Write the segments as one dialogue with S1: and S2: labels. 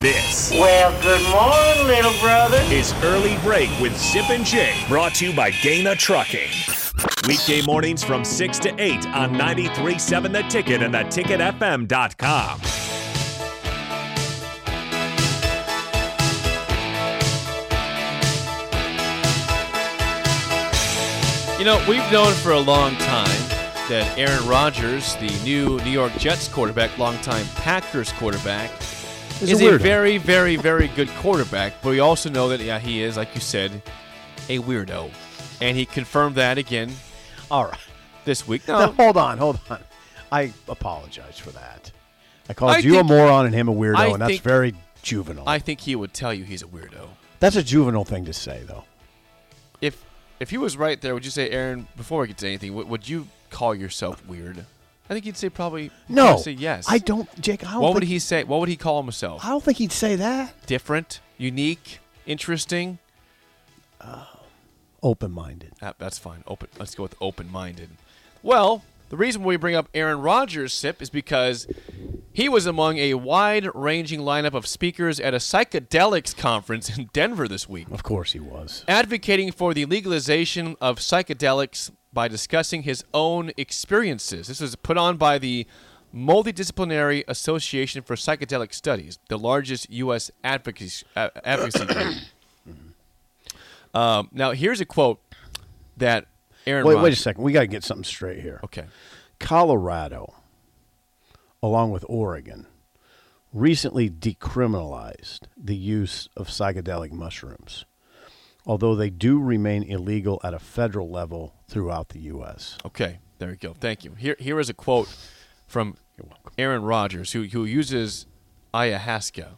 S1: This
S2: Well, good morning, little brother.
S1: is Early Break with Zip and Jay, brought to you by Dana Trucking. Weekday mornings from 6 to 8 on 93.7 The Ticket and theticketfm.com.
S3: You know, we've known for a long time that Aaron Rodgers, the new New York Jets quarterback, longtime Packers quarterback, is a, very, very, very good quarterback. But we also know that, yeah, he is, like you said, a weirdo. And he confirmed that again
S4: All right.
S3: this week.
S4: Now,
S3: No,
S4: hold on, hold on. I apologize for that. I called
S3: I
S4: you
S3: think-
S4: a moron and him a weirdo,
S3: I
S4: and that's
S3: think-
S4: very juvenile.
S3: I think he would tell you he's a weirdo.
S4: that's a juvenile thing to say, though.
S3: If if he was right there, would you say, Aaron, before I get to anything, would, would you call yourself weird? I think he'd say probably
S4: No,
S3: probably say yes.
S4: I don't, Jake. I don't.
S3: What would
S4: think-
S3: he say? What would he call himself?
S4: I don't think he'd say that.
S3: Different, unique, interesting.
S4: Open-minded.
S3: That, that's fine. Open. Let's go with open-minded. Well, the reason we bring up Aaron Rodgers' sip is because he was among a wide-ranging lineup of speakers at a psychedelics conference in Denver this week,
S4: Of course he was.
S3: advocating for the legalization of psychedelics by discussing his own experiences. This was put on by the Multidisciplinary Association for Psychedelic Studies, the largest U.S. advocacy, uh, advocacy group. Um, now, here's a quote that Aaron.
S4: Wait, wait a
S3: Rodgers-
S4: second. We got to get something straight here.
S3: Okay.
S4: Colorado, along with Oregon, recently decriminalized the use of psychedelic mushrooms, although they do remain illegal at a federal level throughout the U.S.
S3: Okay. There you go. Thank you. Here, here is a quote from Aaron Rodgers, who who uses ayahuasca.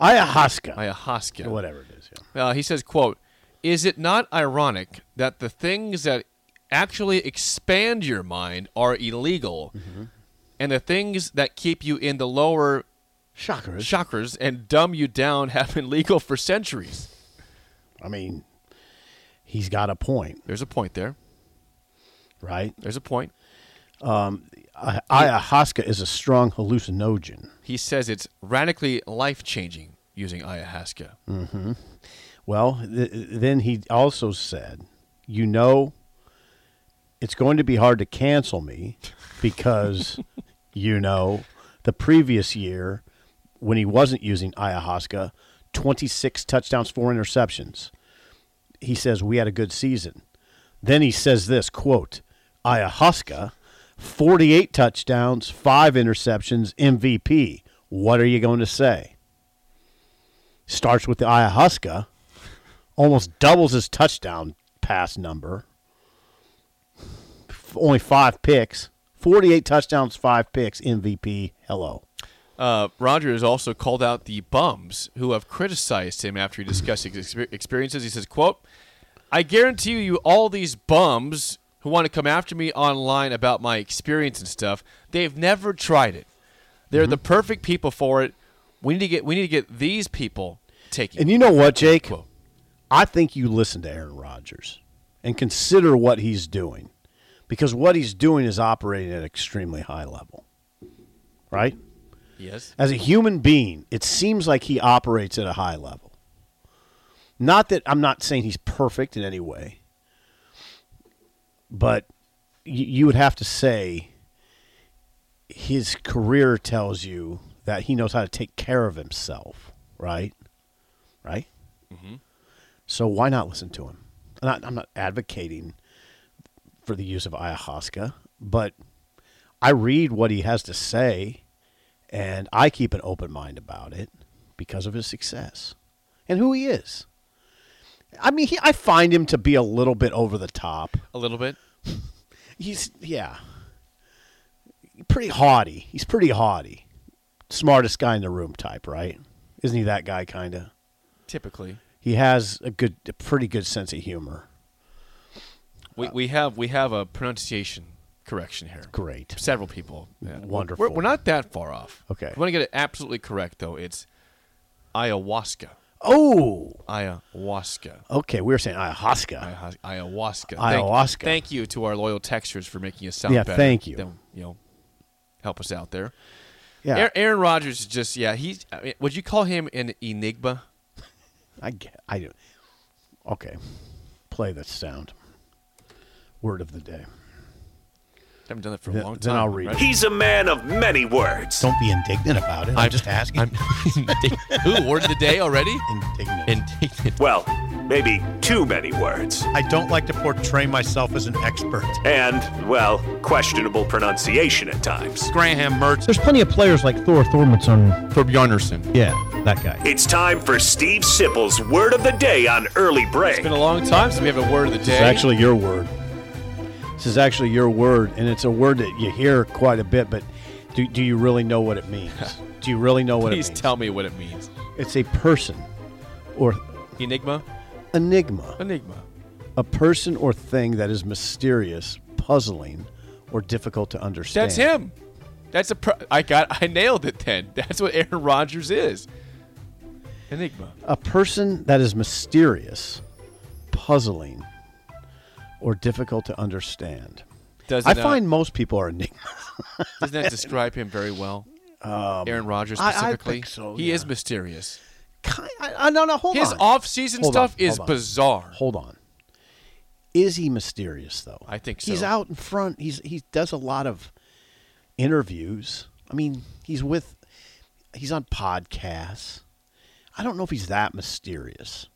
S4: Ayahuasca,
S3: Ayahuasca.
S4: whatever it is. Yeah.
S3: Uh, he says, "quote Is it not ironic that the things that actually expand your mind are illegal, and the things that keep you in the lower
S4: Shockers.
S3: chakras and dumb you down have been legal for centuries?"
S4: I mean, he's got a point,
S3: There's a point there.
S4: right?
S3: There's a point.
S4: Uh, ayahuasca is a strong hallucinogen.
S3: He says it's radically life changing using ayahuasca.
S4: Well, th- then he also said, "You know, it's going to be hard to cancel me because you know, the previous year when he wasn't using ayahuasca, 26 touchdowns, four interceptions. He says we had a good season. Then he says this, quote, ayahuasca, 48 touchdowns, five interceptions, MVP. What are you going to say? Starts with the ayahuasca almost doubles his touchdown pass number. F- Only five picks, 48 touchdowns, five picks, MVP. Hello.
S3: Uh, Rogers also called out the bums who have criticized him after he discussed his exper- experiences. He says, "quote I guarantee you, you all these bums who want to come after me online about my experience and stuff, they've never tried it. They're the perfect people for it. We need to get we need to get these people taking."
S4: And you know what, Jake?
S3: Quote.
S4: I think you listen to Aaron Rodgers and consider what he's doing because what he's doing is operating at an extremely high level, right?
S3: yes,
S4: As a human being, it seems like he operates at a high level. Not that I'm not saying he's perfect in any way, but y- you would have to say his career tells you that he knows how to take care of himself, right? Right? So why not listen to him? And I, I'm not advocating for the use of ayahuasca, but I read what he has to say and I keep an open mind about it because of his success and who he is. I mean, he, I find him to be a little bit over the top.
S3: a little bit.
S4: He's yeah, pretty haughty. He's pretty haughty, smartest guy in the room type, right? Isn't he that guy? Kinda.
S3: Typically,
S4: He has a good, a pretty good sense of humor.
S3: we, we have we have a pronunciation correction here.
S4: Great.
S3: Several people. Yeah. We're-
S4: Wonderful.
S3: We're, we're not that far off.
S4: Okay.
S3: I want to get it absolutely correct though. It's ayahuasca.
S4: Oh,
S3: Ayahuasca.
S4: okay. We were saying ayahuasca.
S3: Ayahu- Ayahuasca.
S4: Ayahuasca.
S3: Thank, thank you to our loyal textures for making us sound
S4: Yeah,
S3: better.
S4: thank you.
S3: They'll, you know, help us out there.
S4: Yeah,
S3: Aaron, Aaron Rodgers is just yeah. He's I mean, would you call him an enigma?
S4: I get. I do. Okay, play that sound. Word of the day.
S3: haven't done that for a
S4: Then-
S3: long time.
S4: then I'll read
S3: right?
S1: He's a man of many words.
S4: Don't be indignant about it. I'm, just asking.
S5: I'm
S3: Who word of the day already?
S4: indignant.
S5: indignant.
S1: Well, maybe too many words.
S5: I don't like to portray myself as an expert.
S1: And, well, questionable pronunciation at times.
S5: Graham Mertz.
S6: There's plenty of players like Thor Thormundsson.
S3: Thor Bjarnason.
S6: Yeah, that guy.
S1: It's time for Steve Sipple's word of the day on early break.
S3: It's been a long time since we have a word of the
S4: This
S3: day.
S4: is actually your word. This is actually your word, and it's a word that you hear quite a bit, but do, do you really know what it means? do you really know what
S3: please
S4: it means?
S3: tell me what it means.
S4: it's a person or
S3: Enigma.
S4: enigma,
S3: Enigma.
S4: a person or thing that is mysterious, puzzling, or difficult to understand.
S3: That's him. That's a. Pro- I got. I nailed it. Then that's what Aaron Rodgers is. Enigma.
S4: A person that is mysterious, puzzling, or difficult to understand.
S3: Doesn't
S4: I
S3: uh,
S4: find most people are enigmas.
S3: doesn't that describe him very well? Aaron Rodgers
S4: Um, I- I
S3: specifically.
S4: think so,
S3: He
S4: yeah.
S3: is mysterious.
S4: Ki- I- I- No, no, hold
S3: His
S4: on.
S3: off-season
S4: Hold on,
S3: stuff is
S4: hold on.
S3: bizarre.
S4: Hold on. Is he mysterious though?
S3: I think
S4: He's
S3: so.
S4: out in front. He's he does a lot of interviews. I mean, he's with he's on podcasts. I don't know if he's that mysterious.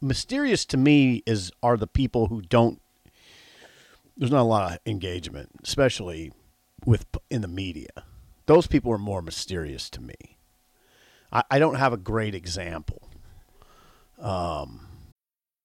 S4: Mysterious to me is are the people who don't there's not a lot of engagement, especially with in the media. Those people are more mysterious to me. I, I don't have a great example.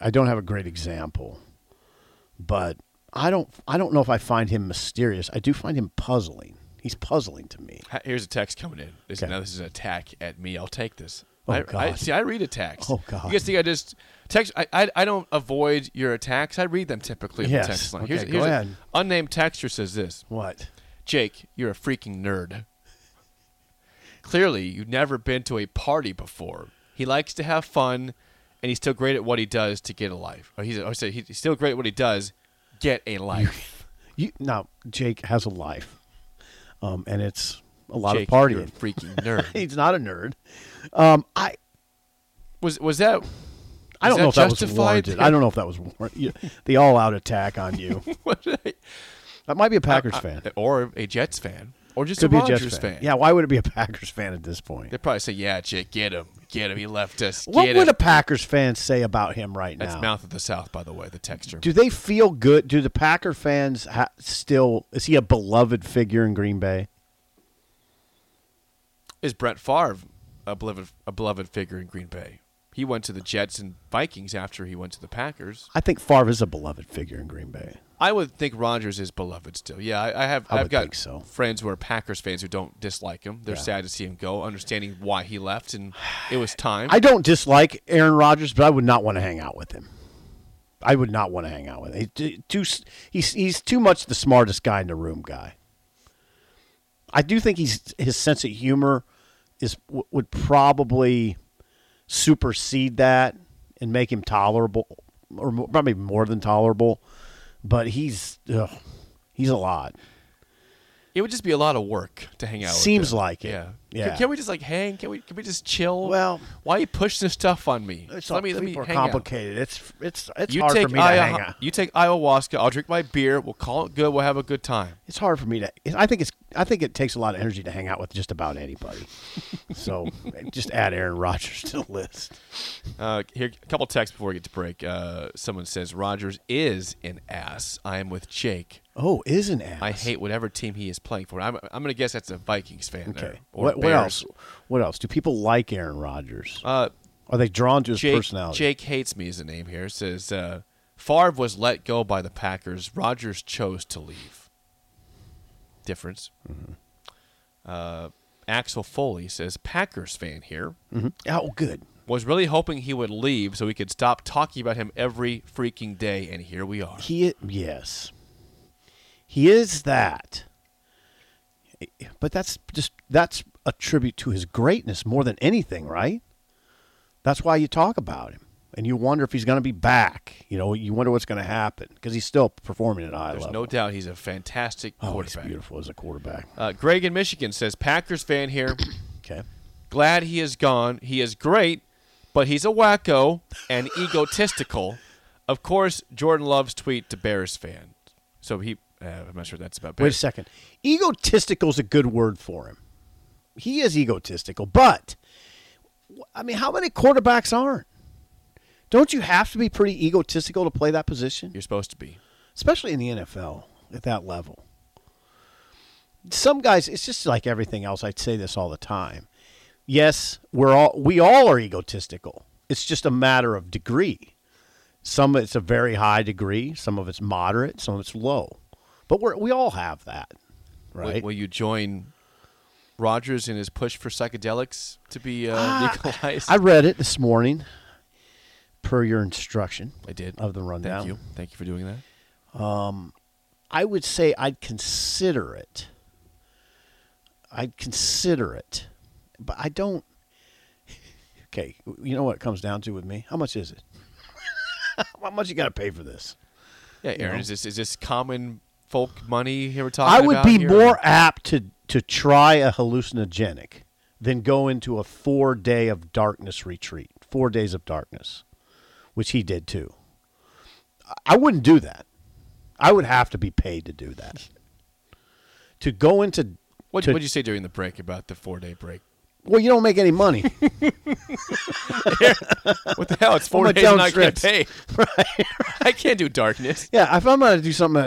S4: I don't have a great example, but I don't I don't know if I find him mysterious. I do find him puzzling. He's puzzling to me.
S3: Ha- Here's a text coming in. This,
S4: Okay.
S3: Now this is an attack at me. I'll take this.
S4: Oh,
S3: I, I,
S4: God.
S3: see, I read attacks.
S4: Oh, God.
S3: You guys think I just text? I, I, I don't avoid your attacks. I read them typically. in the
S4: Yes.
S3: Text line.
S4: Okay, go
S3: a-
S4: ahead.
S3: unnamed texture says this.
S4: What?
S3: Jake, you're a freaking nerd. Clearly, you've never been to a party before. He likes to have fun, and he's still great at what he does to get a life. Or he's, or say he's still great at what he does, get a life.
S4: You now Jake has a life, um, and it's a lot
S3: Jake,
S4: of
S3: You're a
S4: partying.
S3: freaking nerd.
S4: He's not a nerd. Um, I
S3: was was that?
S4: I
S3: Is
S4: don't know if
S3: that
S4: that was
S3: justified?
S4: warranted. I don't know if that was warranted. You- the all out attack on you.
S3: What did I-
S4: That might be a Packers fan.
S3: or a Jets fan, or just
S4: Could
S3: a
S4: be a
S3: Rodgers
S4: Jets fan.
S3: fan.
S4: Yeah, why would it be a Packers fan at this point?
S3: they probably say, "Yeah, Jake, get him, get him. He left us.
S4: What
S3: get
S4: would
S3: him."
S4: a Packers fan say about him right
S3: That's
S4: now?
S3: mouth of the South, by the way. The texture.
S4: Do they feel good? Do the Packer fans ha- still? Is he a beloved figure in Green Bay?
S3: is Brett Favre a beloved a beloved figure in Green Bay? He went to the Jets and Vikings after he went to the Packers.
S4: I think Favre is a beloved figure in Green Bay.
S3: I would think Rodgers is beloved still. Yeah, I, I have.
S4: I
S3: have
S4: would
S3: got
S4: think so.
S3: friends who are Packers fans who don't dislike him. They're sad to see him go, understanding why he left and it was time.
S4: I don't dislike Aaron Rodgers, but I would not want to hang out with him. I would not want to hang out with him. He- too, he's he's too much the smartest guy in the room guy. I do think he's his sense of humor is w- would probably supersede that and make him tolerable, or mo- probably more than tolerable. But he's ugh, he's a lot.
S3: It would just be a lot of work to hang out.
S4: Seems
S3: with them.
S4: like it.
S3: Yeah.
S4: Yeah.
S3: Can, can we just like hang? Can we? Can we just chill?
S4: Well-
S3: why are you pushing this stuff on me?
S4: It's
S3: let me. Let me
S4: people are
S3: hang out.
S4: complicated. It's it's it's
S3: you
S4: hard
S3: take
S4: for me to
S3: ayahu-
S4: hang out.
S3: You take ayahuasca. I'll drink my beer. We'll call it good. We'll have a good time.
S4: It's hard for me to. I think it's. I think it takes a lot of energy to hang out with just about anybody. so just add Aaron Rodgers to the list.
S3: Uh, here, a couple texts before we get to break. Uh, someone says Rogers is an ass. I am with Jake.
S4: Oh, is an ass.
S3: I hate whatever team he is playing for. I'm, I'm going to guess that's a Vikings fan. there,
S4: Okay.
S3: or
S4: What, what
S3: Bears.
S4: else? What else? Do people like Aaron Rodgers?
S3: Uh,
S4: Are they drawn to his
S3: Jake,
S4: personality?
S3: Jake hates me is the name here. Says uh, Favre was let go by the Packers. Rogers chose to leave. Difference.
S4: Mm-hmm.
S3: Uh, Axel Foley says Packers fan here
S4: Oh, good.
S3: was really hoping he would leave so we could stop talking about him every freaking day, and here we are.
S4: He yes. He is that. But that's just that's a tribute to his greatness more than anything, right? That's why you talk about him and you wonder if he's going to be back. You know, you wonder what's going to happen because he's still performing at a high
S3: There's
S4: level.
S3: no doubt he's a fantastic
S4: oh, he's
S3: quarterback.
S4: beautiful as a quarterback.
S3: Uh, Greg in Michigan says Packers fan here.
S4: Okay.
S3: Glad he is gone. He is great, but he's a wacko and egotistical. Of course, Jordan Love's tweet to Bears fan. So he, uh, I'm not sure that's about
S4: Wait a
S3: Bears.
S4: second. Egotistical is a good word for him. He is egotistical, but I mean, how many quarterbacks aren't? Don't you have to be pretty egotistical to play that position?
S3: You're supposed to be.
S4: especially in the NFL at that level. Some guys, it's just like everything else. I say this all the time. Yes, we're all we all are egotistical. It's just a matter of degree. Some of it's a very high degree. Some of it's moderate. Some of it's low. But we we all have that,
S3: Will-
S4: right?
S3: Will, you join Rogers in his push for psychedelics to be uh, legalized?
S4: Ah, I read it this morning, per your instruction.
S3: I did.
S4: of the rundown.
S3: Thank you. Thank you for doing that.
S4: I would say I'd consider it. I'd consider it, but I don't. Okay, you know what it comes down to with me? How much is it? How much you got to pay for this?
S3: Yeah, Aaron, is this is this common folk money here we're
S4: I
S3: talking
S4: would
S3: about?
S4: be
S3: here?
S4: more apt to to try a hallucinogenic than go into a four day of darkness retreat, four days of darkness, which he did too. I- I wouldn't do that. I would have to be paid to do that. to go into
S3: What
S4: to-
S3: did you say during the break about the four day break?
S4: Well, you don't make any money.
S3: What the hell? It's four
S4: my
S3: days and I
S4: downstretch.
S3: can't pay. I can't do darkness.
S4: yeah, if I'm gonna do something,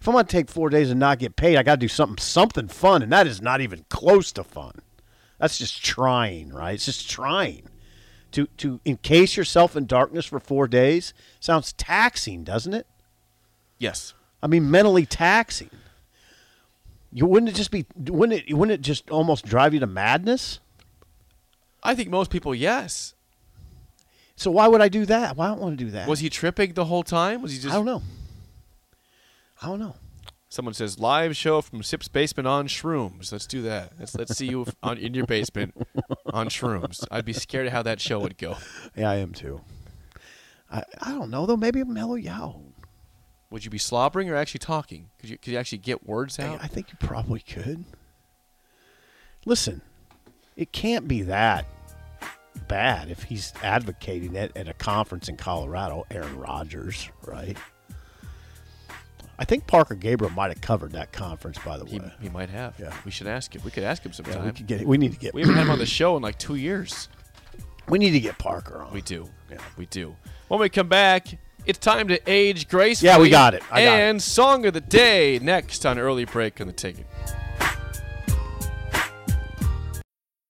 S4: if I'm gonna take four days and not get paid, I gotta do something, something fun, and that is not even close to fun. That's just trying, right? It's just trying to to encase yourself in darkness for four days. Sounds taxing, doesn't it?
S3: Yes.
S4: I mean, mentally taxing. You wouldn't it just be wouldn't it wouldn't it just almost drive you to madness?
S3: I think most people, yes.
S4: So why would I do that? Why don't I want to do that?
S3: Was he tripping the whole time? Was he just.
S4: I don't know. I don't know.
S3: Someone says, live show from Sip's basement on shrooms. Let's do that. Let's, let's see you on, in your basement on shrooms. I'd be scared of how that show would go.
S4: Yeah, I am too. I, I don't know though. Maybe mellow you out.
S3: Would you be slobbering or actually talking? Could you, could you actually get words
S4: Hey,
S3: out?
S4: I think you probably could. Listen, it can't be that bad if he's advocating it at a conference in Colorado. Aaron Rodgers, right? I think Parker Gabriel might have covered that conference. By the way,
S3: he, he might have.
S4: Yeah.
S3: We should ask him. We could ask him sometime.
S4: yeah, we could get. We need to get.
S3: we haven't had him on the show in like two years.
S4: we need to get Parker on.
S3: We do.
S4: Yeah.
S3: We do. When we come back, it's time to age gracefully.
S4: Yeah, we got it. I got it.
S3: and song of the day next on early break on the ticket.